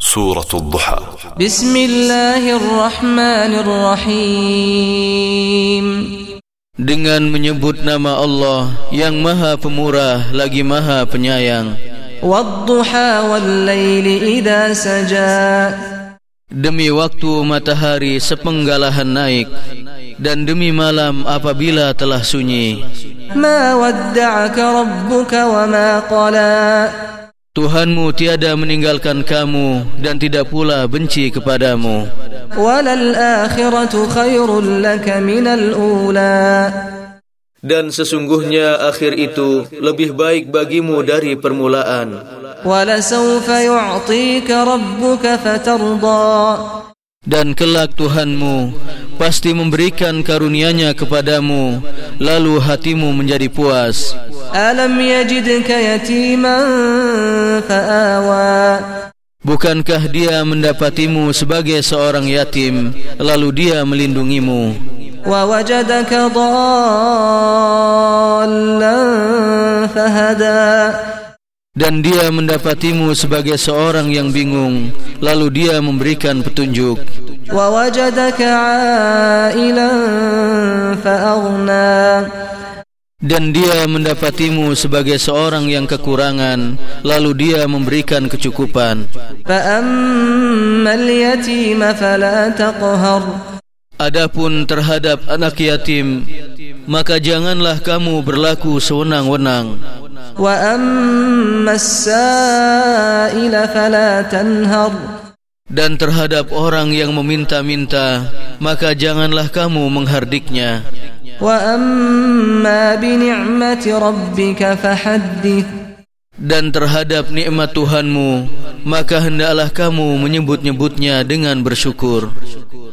سورة الضحى بسم الله الرحمن الرحيم Dengan menyebut nama Allah Yang maha pemurah Lagi maha penyayang والضحى والليل إذا سجى Demi waktu matahari sepenggalahan naik Dan demi malam apabila telah sunyi ما ودعك ربك وما قلى Tuhanmu tiada meninggalkan kamu Dan tidak pula benci kepadamu وللآخرة خير لك من الأولى Dan sesungguhnya akhir itu lebih baik bagimu dari permulaan. ولسوف يعطيك ربك فترضى Dan kelak Tuhanmu Pasti memberikan karunia-Nya kepadamu Lalu hatimu menjadi puas ألم يجدك يتيما فآوى Bukankah dia mendapatimu sebagai seorang yatim Lalu dia melindungimu ووجدك ضالا فهدى Dan dia mendapatimu sebagai seorang yang bingung Lalu dia memberikan petunjuk ووجدك عائلا فأغنى Dan dia mendapatimu sebagai seorang yang kekurangan Lalu dia memberikan kecukupan فأما اليتيم فلا تقهر Adapun terhadap anak yatim Maka janganlah kamu berlaku sewenang-wenang وأما السائل فلا تنهر Dan terhadap orang yang meminta-minta Maka janganlah kamu menghardiknya وأما بنعمة ربك فحدث Dan terhadap nikmat Tuhanmu Maka hendaklah kamu menyebut-nyebutnya dengan bersyukur